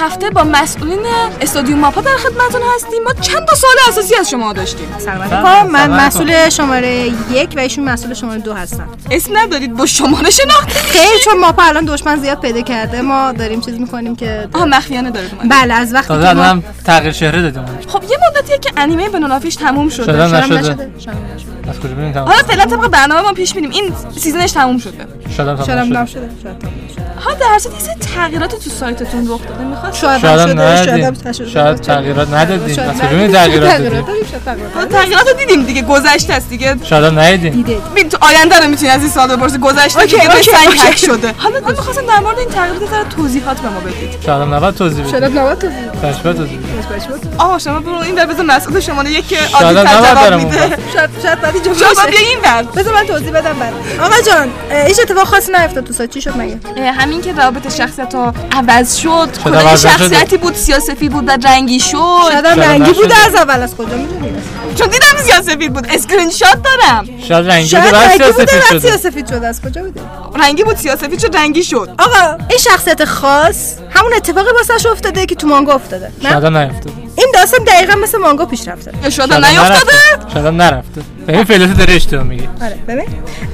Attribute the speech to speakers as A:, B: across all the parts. A: هفته با مسئولین استادیوم ماپا در خدمتتون هستیم ما چند تا سوال اساسی از شما داشتیم
B: سلامت
C: سلام،
B: بابا، خب، من
C: سلامت
B: مسئول شماره یک و ایشون مسئول شماره دو هستن
A: اسم ندارید با شماره شناختی
B: خیلی چون ما الان دشمن زیاد پیدا کرده ما داریم چیز میکنیم که
A: آها مخفیانه دارید من
B: بله از وقتی
C: تازه
B: که ما
C: الان تغییر چهره دادیم
A: خب یه مدتیه که انیمه بنونافیش تموم شده
C: شده.
B: شرم
C: نشده.
B: نشده شرم نشده.
C: از کجا ببینیم تمام
A: حالا فعلا طبق برنامه ما پیش میریم این سیزنش تموم شده
C: شدم
B: شرم
C: تمام شد
B: نشده شاید تمام شده.
A: ها در صورت یه سری تغییراتی تو سایتتون رخ داده میخواد
B: شاید هم
C: شاید
B: شده، شاید هم
C: ندادیم.
B: نشده.
C: شاید تغییرات ندادیم.
B: شاید
C: از
B: ندادیم.
C: کدوم تغییرات
B: تغییرات
C: دادیم؟
B: دادیم، شاید تغییرات
A: حالا تغییرات رو دیدیم دیگه گذشته است دیگه
C: شاید هم ندیدیم
B: دیدید.
A: ببین تو آینده رو میتونی از این سال بپرسی گذشته
B: اوکی،
A: دیگه به
B: اوکی،
A: سنگ
B: اوکی.
A: تک شده حالا من میخواستم در مورد این تغییرات یه ذره توضیحات به ما بدید
C: شاید هم نباید توضیح
B: شاید
C: بدیم
B: هم نباید توضیح بدید.
C: تشبه توضیح بدیم
B: مشبهش بود.
A: آها شما برو این بر بذار مسئول شماره یک که
C: شاید
A: عادی
C: نباید
A: جواب
C: برم
A: میده
C: اونور.
B: شاید شاید بعد اینجا
A: شما
B: باشه.
A: بیا این بر
B: بذار من توضیح بدم برات آقا جان اه، هیچ اتفاق خاصی نیفتاد تو سایت چی شد مگه
C: خب،
A: اه، همین که روابط شخصیت ها عوض شد کلا یه
C: عوض نشده؟
A: شخصیتی بود سیاسفید بود و رنگی شد
B: شاید هم
C: شاید
B: رنگی
C: نشده.
B: بوده از اول از کجا میدونی
A: چون دیدم سیاسفید بود اسکرین شات دارم
C: شاید رنگی
B: شاید
C: بوده بعد
B: رنگی
C: سیاسی
B: بوده بعد
C: شده
B: سیاسفید شده از کجا بوده
A: رنگی بود سیاسفید شد رنگی شد
B: آقا این شخصیت خاص همون اتفاقی واسش افتاده که تو مانگا افتاده نه
C: شاید هم نیفته
B: این داستان دقیقا مثل مانگا پیش رفته
A: یا شاید
C: شاید هم
A: نیافتاده
C: نرفته. شاید هم نرفته به این فلوس داره اشتباه میگه
B: آره ببین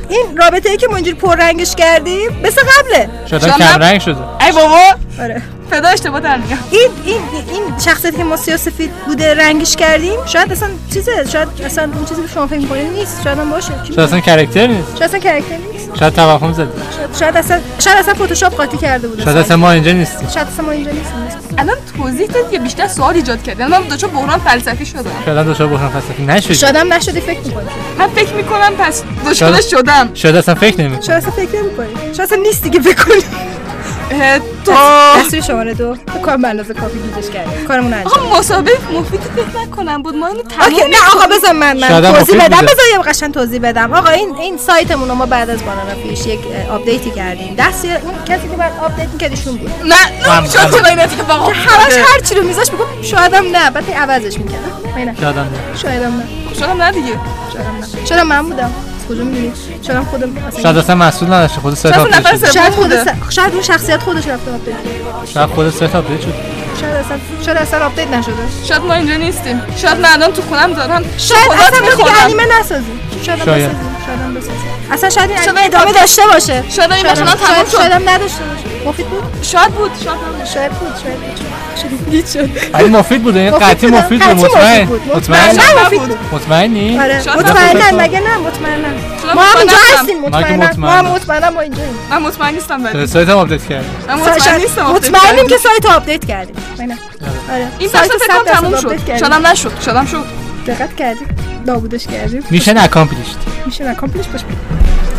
B: این رابطه ای که ما اینجوری پررنگش کردیم مثل قبله
C: شاید هم
A: شاید
C: کم
A: نب-
C: رنگ شده
A: ای بابا
B: آره
A: فدا اشتباه در میاد
B: این این این شخصیتی که ما سیاسفید بوده رنگش کردیم شاید اصلا چیزه شاید اصلا اون چیزی که شما فکر می‌کنید نیست شاید هم باشه
C: شاید اصلا کرکتر نیست
B: شاید اصلا کرکتر نیست
C: شاید توهم زده
B: شاید- شاید اصلا شاید اصلا فتوشاپ قاطی کرده بوده
C: شاید اصلا ما اینجا نیستیم
B: شاید اصلا ما اینجا نیستیم
A: الان توضیح داد که بیشتر سوال ایجاد کرد من دچار بحران فلسفی شدم
C: شاید هم دچار بحران فلسفی نشدیم
B: شاید هم نشده فکر می‌کنید
A: من فکر میکنم پس دچار
C: شاید-
A: شدم
C: شاید اصلا فکر نمیکنه
B: شاید اصلا فکر نمی‌کنید شاید اصلا نیست دیگه فکر کنید
A: اه، تو
B: دستور شماره دو کار به اندازه کافی گیجش کردیم کارمون انجام
A: آقا مسابقه مفید فکر نکنم بود ما اینو تمام
B: اوکی نه آقا بذار من
C: شاید
B: من
C: هم
B: توضیح
C: مفید
B: بدم
C: بوده.
B: بذار یه قشنگ توضیح بدم آقا این این سایتمون رو ما بعد از بانانا پیش یک اه، آپدیتی کردیم دست یه- اون کسی که بعد آپدیت می‌کرد ایشون بود
A: نه نه
C: من- بله.
A: شد چرا این اتفاق
B: همش
A: افتاده
B: هر چی رو میذاش میگفت شاید هم نه بعد هی عوضش می‌کرد نه
C: شاید هم نه.
B: شاید هم نه
A: شدم نه دیگه
B: شاید هم نه شاید هم من بودم کجا می‌دونی شاید هم خودم اصلا-
C: شاید اصلا مسئول نداشته خود سایت
A: شاید
C: آپدیت
A: نفر
C: شده
A: سوم.
B: شاید خود
A: بوده.
B: س- شاید اون شخصیت خودش رفته آپدیت کرده.
C: شاید خود سایت آپدیت شده
B: شاید اصلا شاید اصلا آپدیت نشده
A: شاید ما اینجا نیستیم شاید من الان تو خونم دارم
B: شاید
A: شکلات
B: اصلا یعنی ما دیگه
A: می‌خورم.
B: انیمه نسازیم شاید هم
C: شاید.
B: بسازیم. شاید هم بسازیم. اصلا شاید این
A: شاید
B: انیمه ادامه داشته باشه
A: شاید این مثلا تمام
B: شاید- شاید
A: شد
B: هم نداشته باشه مفید بود
A: شاید بود شاید نبود.
B: شاید بود شاید بود شاید بود شد
C: ولی مفید بوده این
B: مفید
C: قطعی
B: بوده.
C: مفید بود
B: قطعی
C: مطمئن
B: مفید بود.
C: مطمئن
B: مطمئن.
A: شاید
B: مفید
A: نبود.
C: مطمئنی
B: آره
A: شاید
C: نباشه.
B: مطمئنا مگه نه مطمئنا
A: شاید
B: ما هم اینجا
A: مطمئنم.
B: هستیم
C: من که
B: مطمئنا ما هم
C: مطمئنم.
B: مطمئنا ما اینجاییم
A: من مطمئن نیستم ولی
C: سایت هم آپدیت کرد
A: من مطمئن
B: شاید-
A: نیستم
B: مطمئنیم که سایت رو آپدیت کردیم نه. آره
A: این
B: سایت
A: بحث
B: رو
A: فکر
B: صد
A: کنم
B: درصد
A: تموم
B: آپدیت
A: شد
B: کردیم.
A: شدم نشد شدم شد
B: دقت کردیم نابودش کردیم
C: میشن اکامپلیشت
B: میشه نکامپلیش باش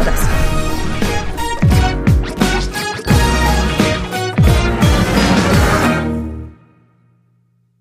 B: خدا